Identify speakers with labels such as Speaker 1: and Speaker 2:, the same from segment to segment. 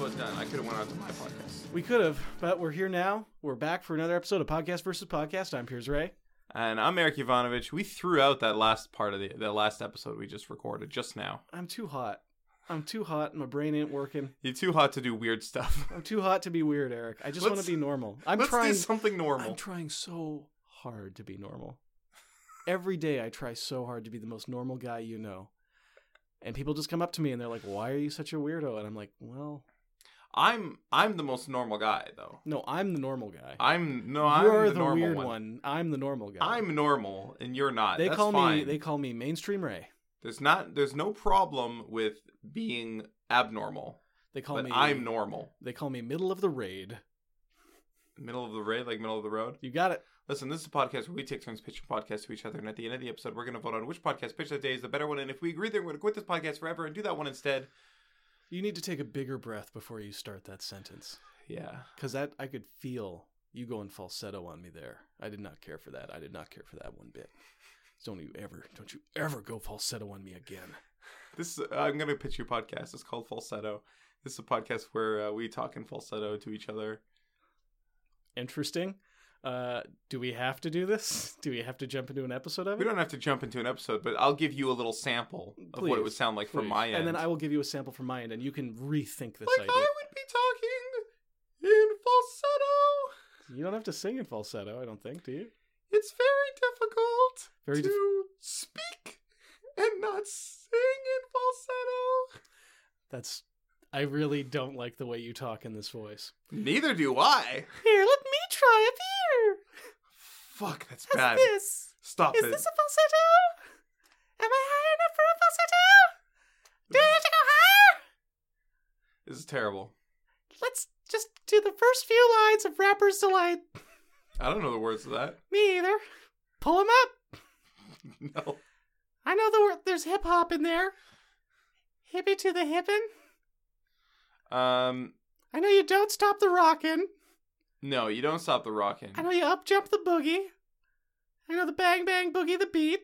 Speaker 1: was done. I could have went out to my podcast.
Speaker 2: We could have, but we're here now. We're back for another episode of Podcast versus Podcast. I'm Piers Ray.
Speaker 1: And I'm Eric Ivanovich. We threw out that last part of the that last episode we just recorded just now.
Speaker 2: I'm too hot. I'm too hot. My brain ain't working.
Speaker 1: You're too hot to do weird stuff.
Speaker 2: I'm too hot to be weird, Eric. I just want to
Speaker 1: Let's-
Speaker 2: be normal. I'm
Speaker 1: Let's
Speaker 2: trying.
Speaker 1: do something normal.
Speaker 2: I'm trying so hard to be normal. Every day I try so hard to be the most normal guy you know. And people just come up to me and they're like, "Why are you such a weirdo?" And I'm like, "Well,
Speaker 1: I'm I'm the most normal guy though.
Speaker 2: no, I'm the normal guy.
Speaker 1: I'm no, I'm
Speaker 2: You're
Speaker 1: the,
Speaker 2: the,
Speaker 1: normal
Speaker 2: weird
Speaker 1: one.
Speaker 2: one. I'm the normal guy.
Speaker 1: I'm normal and you're not.
Speaker 2: They
Speaker 1: That's
Speaker 2: call
Speaker 1: fine.
Speaker 2: me. They call me mainstream Ray.
Speaker 1: There's not there's no problem with being abnormal.
Speaker 2: They call
Speaker 1: but
Speaker 2: me.
Speaker 1: I'm normal.
Speaker 2: They call me middle of the raid.
Speaker 1: Middle of the road, like middle of the road.
Speaker 2: You got it.
Speaker 1: Listen, this is a podcast where we take turns pitching podcasts to each other, and at the end of the episode, we're going to vote on which podcast pitch that day is the better one. And if we agree, then we're going to quit this podcast forever and do that one instead.
Speaker 2: You need to take a bigger breath before you start that sentence,
Speaker 1: Yeah,
Speaker 2: because that I could feel you going falsetto on me there. I did not care for that. I did not care for that one bit. Don't you ever, don't you ever go falsetto on me again.
Speaker 1: this is, I'm going to pitch you a podcast. It's called Falsetto. This is a podcast where uh, we talk in falsetto to each other.
Speaker 2: Interesting. Uh, do we have to do this? Do we have to jump into an episode of
Speaker 1: We
Speaker 2: it?
Speaker 1: don't have to jump into an episode, but I'll give you a little sample of what it
Speaker 2: Please,
Speaker 1: would sound like from
Speaker 2: Please.
Speaker 1: my end.
Speaker 2: and then I will give you a sample from my end, and you can rethink this
Speaker 1: like
Speaker 2: idea.
Speaker 1: I would be talking in falsetto.
Speaker 2: You don't have to sing in falsetto, I don't think, do you?
Speaker 1: It's very difficult to
Speaker 2: Very diff-
Speaker 1: speak and not sing in falsetto.
Speaker 2: That's. I really don't like the way you talk in this voice.
Speaker 1: Neither do I.
Speaker 2: Here, let me try it here.
Speaker 1: Fuck, that's bad.
Speaker 2: this?
Speaker 1: Stop it.
Speaker 2: a falsetto? Am I high enough for a falsetto? Do I have to go higher?
Speaker 1: this is terrible.
Speaker 2: Let's just do the first few lines of Rapper's Delight.
Speaker 1: I don't know the words of that.
Speaker 2: Me either. Pull 'em up.
Speaker 1: No.
Speaker 2: I know the word. There's hip hop in there. Hippie to the hippin'.
Speaker 1: Um,
Speaker 2: I know you don't stop the rockin'.
Speaker 1: no, you don't stop the rocking.
Speaker 2: I know you up jump the boogie. I know the bang bang boogie the beat.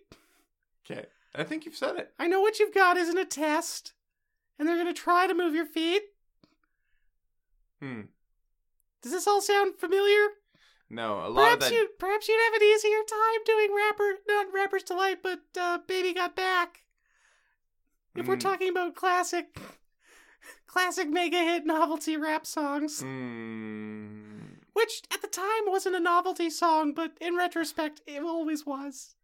Speaker 1: Okay, I think you've said it.
Speaker 2: I know what you've got isn't a test, and they're gonna try to move your feet.
Speaker 1: Hmm.
Speaker 2: Does this all sound familiar?
Speaker 1: No, a lot
Speaker 2: Perhaps
Speaker 1: of that.
Speaker 2: you perhaps you'd have an easier time doing rapper not rapper's delight, but uh, baby got back. If we're
Speaker 1: Mm.
Speaker 2: talking about classic, classic mega hit novelty rap songs,
Speaker 1: Mm. Hmm.
Speaker 2: which at the time wasn't a novelty song, but in retrospect it always was.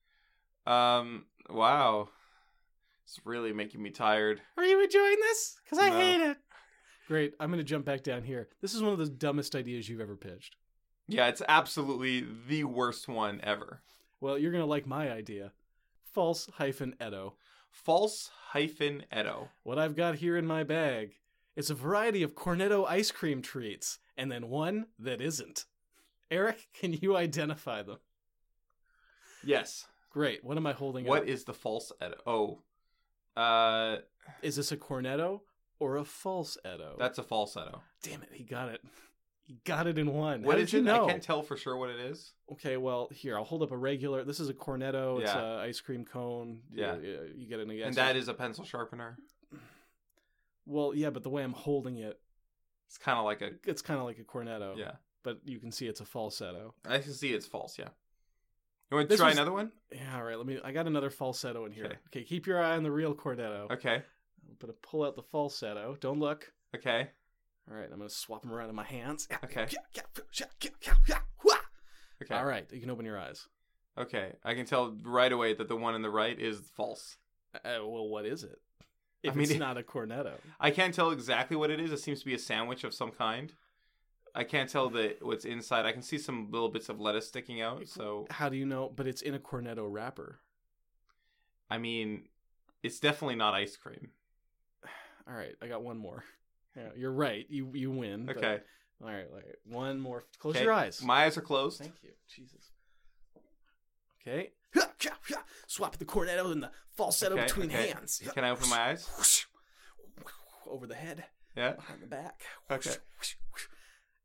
Speaker 1: Um. Wow. It's really making me tired.
Speaker 2: Are you enjoying this? Because
Speaker 1: I No. hate
Speaker 2: it. Great. I'm going to jump back down here. This is one of the dumbest ideas you've ever pitched.
Speaker 1: Yeah, it's absolutely the worst one ever.
Speaker 2: Well, you're going to like my idea. False hyphen Edo.
Speaker 1: False hyphen Edo.
Speaker 2: What I've got here in my bag is a variety of Cornetto ice cream treats, and then one that isn't. Eric, can you identify them?
Speaker 1: Yes.
Speaker 2: Great. What am I holding
Speaker 1: What
Speaker 2: up?
Speaker 1: is the false Edo? Oh. Uh,
Speaker 2: Is this a Cornetto or a false Edo?
Speaker 1: that's a falsetto.
Speaker 2: Damn it. He got it. He got it in one. How
Speaker 1: What
Speaker 2: did
Speaker 1: is
Speaker 2: you
Speaker 1: it?
Speaker 2: know?
Speaker 1: I can't tell for sure what it is.
Speaker 2: Okay, well, here I'll hold up a regular. This is a cornetto. It's
Speaker 1: Yeah.
Speaker 2: a ice cream cone.
Speaker 1: Yeah.
Speaker 2: you, uh, you get it in a gas.
Speaker 1: and that is a pencil sharpener.
Speaker 2: well, yeah, but the way I'm holding it,
Speaker 1: It's kind of like a
Speaker 2: it's kind of like a cornetto.
Speaker 1: yeah.
Speaker 2: but you can see it's a falsetto.
Speaker 1: I can see it's false. Yeah. You want to
Speaker 2: This
Speaker 1: try
Speaker 2: was-
Speaker 1: another one?
Speaker 2: Yeah, all right. Let me. I got another falsetto in here. Okay,
Speaker 1: Okay.
Speaker 2: keep your eye on the real cornetto.
Speaker 1: Okay.
Speaker 2: I'm gonna pull out the falsetto. Don't look.
Speaker 1: Okay.
Speaker 2: All right, I'm gonna swap them around in my hands.
Speaker 1: Okay. Okay.
Speaker 2: All right, you can open your eyes.
Speaker 1: Okay. I can tell right away that the one on the right is false.
Speaker 2: Uh, well, what is it?
Speaker 1: I
Speaker 2: If
Speaker 1: mean,
Speaker 2: it's
Speaker 1: it-
Speaker 2: not a cornetto,
Speaker 1: I can't tell exactly what it is. It seems to be a sandwich of some kind. I can't tell the what's inside. I can see some little bits of lettuce sticking out. So
Speaker 2: how do you know? But it's in a cornetto wrapper.
Speaker 1: I mean, it's definitely not ice cream.
Speaker 2: All right, I got one more. Yeah, you're right. You you win. but-
Speaker 1: Okay.
Speaker 2: all right, all right. One more. Close
Speaker 1: Okay.
Speaker 2: your eyes.
Speaker 1: My eyes are closed.
Speaker 2: Thank you. Jesus. Okay. Swap the cornetto and the falsetto
Speaker 1: Okay,
Speaker 2: between
Speaker 1: okay.
Speaker 2: hands.
Speaker 1: Can I open my eyes?
Speaker 2: Over the head,
Speaker 1: Yeah.
Speaker 2: behind the back.
Speaker 1: Okay.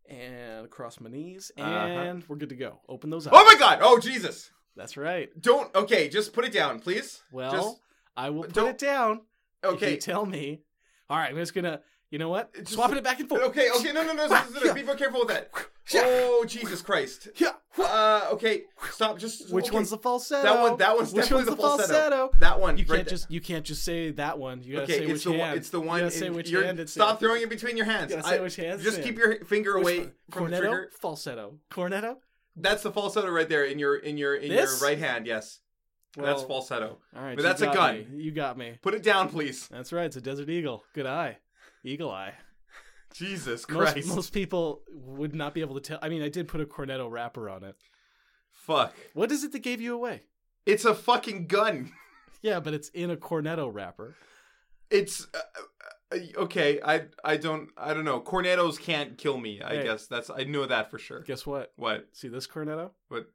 Speaker 2: And across my knees,
Speaker 1: Uh-huh.
Speaker 2: and we're good to go. Open those eyes.
Speaker 1: Oh my god! Oh Jesus!
Speaker 2: That's right.
Speaker 1: Don't. Okay, just put it down, please.
Speaker 2: Well,
Speaker 1: Just-
Speaker 2: I will put
Speaker 1: don't-
Speaker 2: it down. if you
Speaker 1: Okay.
Speaker 2: tell me. All right, I'm just gonna You know what?
Speaker 1: It just-
Speaker 2: Swapping it back and forth.
Speaker 1: Okay, okay, no, no, no, no, no, no, be very careful with that. Oh, Jesus Christ.
Speaker 2: Yeah.
Speaker 1: Uh, okay, stop. Just
Speaker 2: Which
Speaker 1: okay.
Speaker 2: one's the falsetto?
Speaker 1: that one? That one's
Speaker 2: Which
Speaker 1: definitely
Speaker 2: one's the
Speaker 1: the falsetto.
Speaker 2: falsetto?
Speaker 1: That one.
Speaker 2: You
Speaker 1: right
Speaker 2: can't
Speaker 1: there.
Speaker 2: just you can't just say that one. You gotta
Speaker 1: Okay,
Speaker 2: say
Speaker 1: it's
Speaker 2: which
Speaker 1: the
Speaker 2: hand.
Speaker 1: one. It's the
Speaker 2: You
Speaker 1: one.
Speaker 2: gotta say
Speaker 1: in-
Speaker 2: which
Speaker 1: you're-
Speaker 2: hand it's
Speaker 1: Stop
Speaker 2: in.
Speaker 1: throwing it between your hands.
Speaker 2: gotta say which hand
Speaker 1: Just
Speaker 2: it's
Speaker 1: keep
Speaker 2: in.
Speaker 1: your finger
Speaker 2: Which
Speaker 1: away
Speaker 2: one?
Speaker 1: from
Speaker 2: cornetto,
Speaker 1: the trigger.
Speaker 2: falsetto, cornetto.
Speaker 1: That's the falsetto right there in your in your in
Speaker 2: This?
Speaker 1: your right hand. Yes, that's
Speaker 2: Well,
Speaker 1: falsetto.
Speaker 2: All right,
Speaker 1: But
Speaker 2: you
Speaker 1: that's a
Speaker 2: got
Speaker 1: gun.
Speaker 2: me. You got me.
Speaker 1: Put it down, please.
Speaker 2: That's right. It's a desert eagle. Good eye, eagle eye.
Speaker 1: Jesus Christ.
Speaker 2: Most, most people would not be able to tell. I mean, I did put a cornetto wrapper on it.
Speaker 1: Fuck.
Speaker 2: What is it that gave you away?
Speaker 1: It's a fucking gun.
Speaker 2: Yeah, but it's in a cornetto wrapper.
Speaker 1: It's uh, uh, uh, okay. I I don't I don't know. Cornetos can't kill me. I
Speaker 2: Hey.
Speaker 1: guess that's I know that for sure.
Speaker 2: Guess what?
Speaker 1: What?
Speaker 2: See this cornetto?
Speaker 1: What?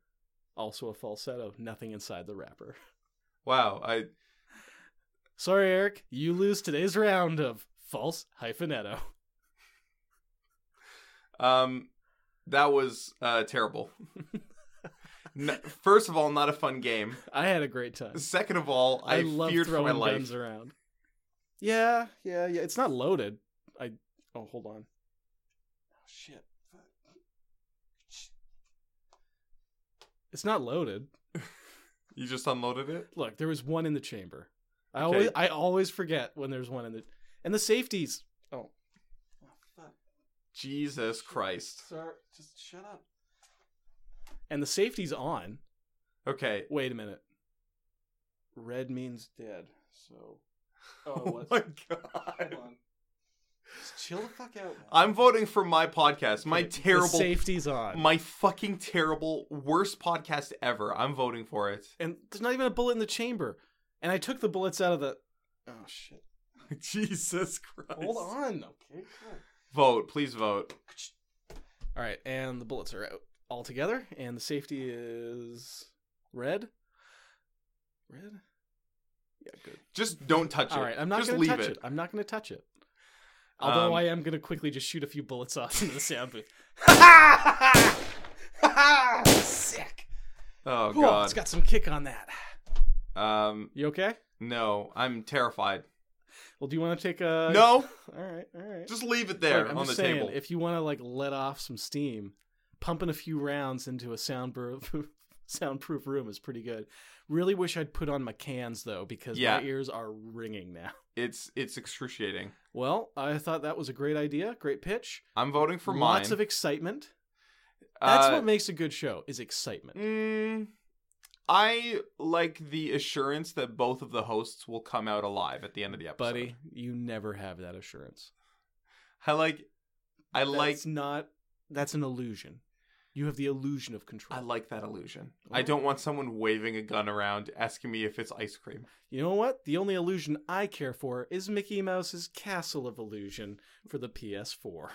Speaker 2: Also a falsetto. Nothing inside the wrapper.
Speaker 1: Wow. I
Speaker 2: Sorry, Eric. You lose today's round of false hyphenetto.
Speaker 1: um that was uh terrible. N- First of all, not a fun game.
Speaker 2: I had a great time.
Speaker 1: Second of all, I,
Speaker 2: I, love
Speaker 1: feared for
Speaker 2: throwing
Speaker 1: my life.
Speaker 2: guns around. Yeah, yeah, yeah. It's not loaded. I oh, hold on. Oh shit. It's not loaded.
Speaker 1: You just unloaded it.
Speaker 2: Look, there was one in the chamber. I
Speaker 1: Okay.
Speaker 2: always I always forget when there's one in the and the safeties. Oh,
Speaker 1: Jesus Christ.
Speaker 2: sir, just shut up. And the safety's on.
Speaker 1: Okay.
Speaker 2: Wait a minute. Red means dead. So.
Speaker 1: Oh
Speaker 2: what's-
Speaker 1: my god.
Speaker 2: on. Just chill the fuck out. man.
Speaker 1: I'm voting for my podcast. My
Speaker 2: Okay, the
Speaker 1: terrible
Speaker 2: safety's on.
Speaker 1: my fucking terrible worst podcast ever. I'm voting for it.
Speaker 2: and there's not even a bullet in the chamber. And I took the bullets out of the. Oh shit!
Speaker 1: Jesus Christ.
Speaker 2: Hold on. Okay. Cool.
Speaker 1: Vote, please vote.
Speaker 2: All right, and the bullets are out all together, and the safety is red. Red. Yeah, good.
Speaker 1: Just don't touch it.
Speaker 2: All right, I'm not
Speaker 1: just
Speaker 2: going to
Speaker 1: leave
Speaker 2: touch it.
Speaker 1: it.
Speaker 2: I'm not going to touch it. Although
Speaker 1: Um,
Speaker 2: I am going to quickly just shoot a few bullets off into the sound booth. Sick.
Speaker 1: Oh
Speaker 2: Cool. It's
Speaker 1: god.
Speaker 2: got some kick on that.
Speaker 1: Um
Speaker 2: You okay?
Speaker 1: no, I'm terrified.
Speaker 2: Well, do you want to take a?
Speaker 1: no,
Speaker 2: All right. All right.
Speaker 1: just leave it there
Speaker 2: Uh, Look, I'm
Speaker 1: on the
Speaker 2: just saying,
Speaker 1: table.
Speaker 2: If you want to like let off some steam, pumping a few rounds into a soundproof soundproof room is pretty good. Really wish I'd put on my cans though because
Speaker 1: Yeah.
Speaker 2: my ears are ringing now.
Speaker 1: It's it's excruciating.
Speaker 2: Well, I thought that was a great idea, great pitch,
Speaker 1: I'm voting for mine.
Speaker 2: lots of excitement. That's
Speaker 1: Uh,
Speaker 2: what makes a good show is excitement.
Speaker 1: Mm, I like the assurance that both of the hosts will come out alive at the end of the episode.
Speaker 2: Buddy, you never have that assurance.
Speaker 1: I like I
Speaker 2: That's
Speaker 1: like
Speaker 2: not that's an illusion. You have the illusion of control.
Speaker 1: I like that illusion. I don't want someone waving a gun around asking me if it's ice cream.
Speaker 2: You know what? The only illusion I care for is Mickey Mouse's Castle of Illusion for the PS4.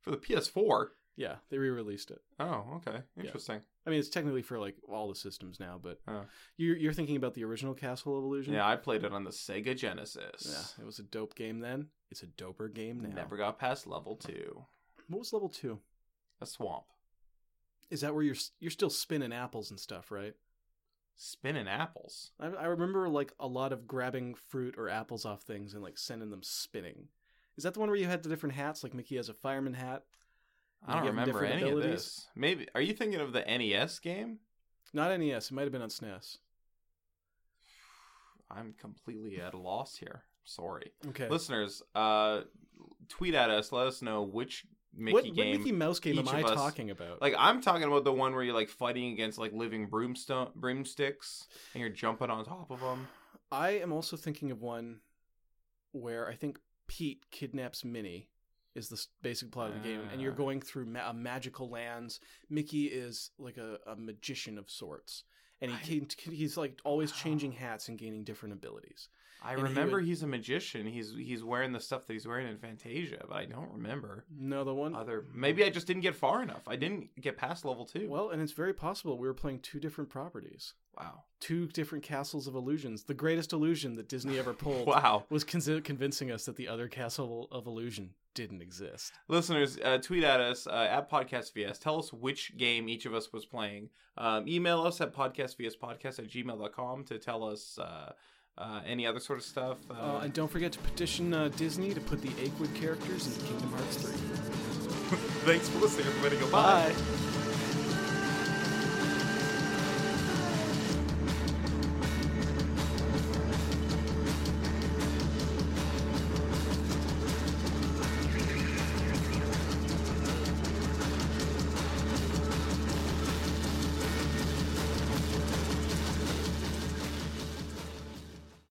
Speaker 1: For the PS4.
Speaker 2: Yeah, they re-released it.
Speaker 1: Oh, okay. Interesting.
Speaker 2: I mean, it's technically for like all the systems now, but
Speaker 1: Oh.
Speaker 2: you're you're thinking about the original Castle of Illusion.
Speaker 1: Yeah. I played it on the Sega Genesis.
Speaker 2: Yeah, it was a dope game then. It's a doper game now.
Speaker 1: Never got past level 2.
Speaker 2: What was level two?
Speaker 1: A swamp.
Speaker 2: Is that where you're s- you're still spinning apples and stuff, right?
Speaker 1: Spinning apples.
Speaker 2: I, I remember like a lot of grabbing fruit or apples off things and like sending them spinning. Is that the one where you had the different hats? Like Mickey has a fireman hat.
Speaker 1: I
Speaker 2: You
Speaker 1: don't
Speaker 2: give 'em
Speaker 1: remember
Speaker 2: different
Speaker 1: any of
Speaker 2: abilities?
Speaker 1: this. Maybe are you thinking of the NES game?
Speaker 2: Not NES. It might have been on E SNES.
Speaker 1: I'm completely at a loss here. Sorry.
Speaker 2: Okay.
Speaker 1: listeners uh tweet at us let us know which mickey
Speaker 2: what,
Speaker 1: game
Speaker 2: what Mickey Mouse game am
Speaker 1: each
Speaker 2: I
Speaker 1: of us-
Speaker 2: talking about?
Speaker 1: like i'm talking about the one where you're like fighting against like living broomstone broomsticks and you're jumping on top of them
Speaker 2: I am also thinking of one where I think Pete kidnaps Minnie is the s- basic plot of the game, and you're
Speaker 1: Ah.
Speaker 2: going through ma- uh, magical lands. Mickey is like a, a magician of sorts, and he
Speaker 1: I-
Speaker 2: can, he's like always
Speaker 1: Wow.
Speaker 2: changing hats and gaining different abilities.
Speaker 1: i
Speaker 2: And he
Speaker 1: remember
Speaker 2: would-
Speaker 1: he's a magician he's he's wearing the stuff that he's wearing in fantasia but i don't remember
Speaker 2: No, the one.
Speaker 1: other maybe i just didn't get far enough i didn't get past level two
Speaker 2: Well, and it's very possible we were playing two different properties,
Speaker 1: wow
Speaker 2: two different castles of illusions. The greatest illusion that Disney ever pulled
Speaker 1: wow
Speaker 2: was consi- convincing us that the other castle of illusion didn't exist.
Speaker 1: listeners uh, tweet at us uh, at podcast vs tell us which game each of us was playing um, email us at podcast vs podcast at gmail.com to tell us uh, uh, any other sort of stuff. Uh,
Speaker 2: Uh, and don't forget to petition uh, Disney to put the Akewood characters in Kingdom Hearts 3.
Speaker 1: thanks for listening, everybody. Go
Speaker 2: Bye.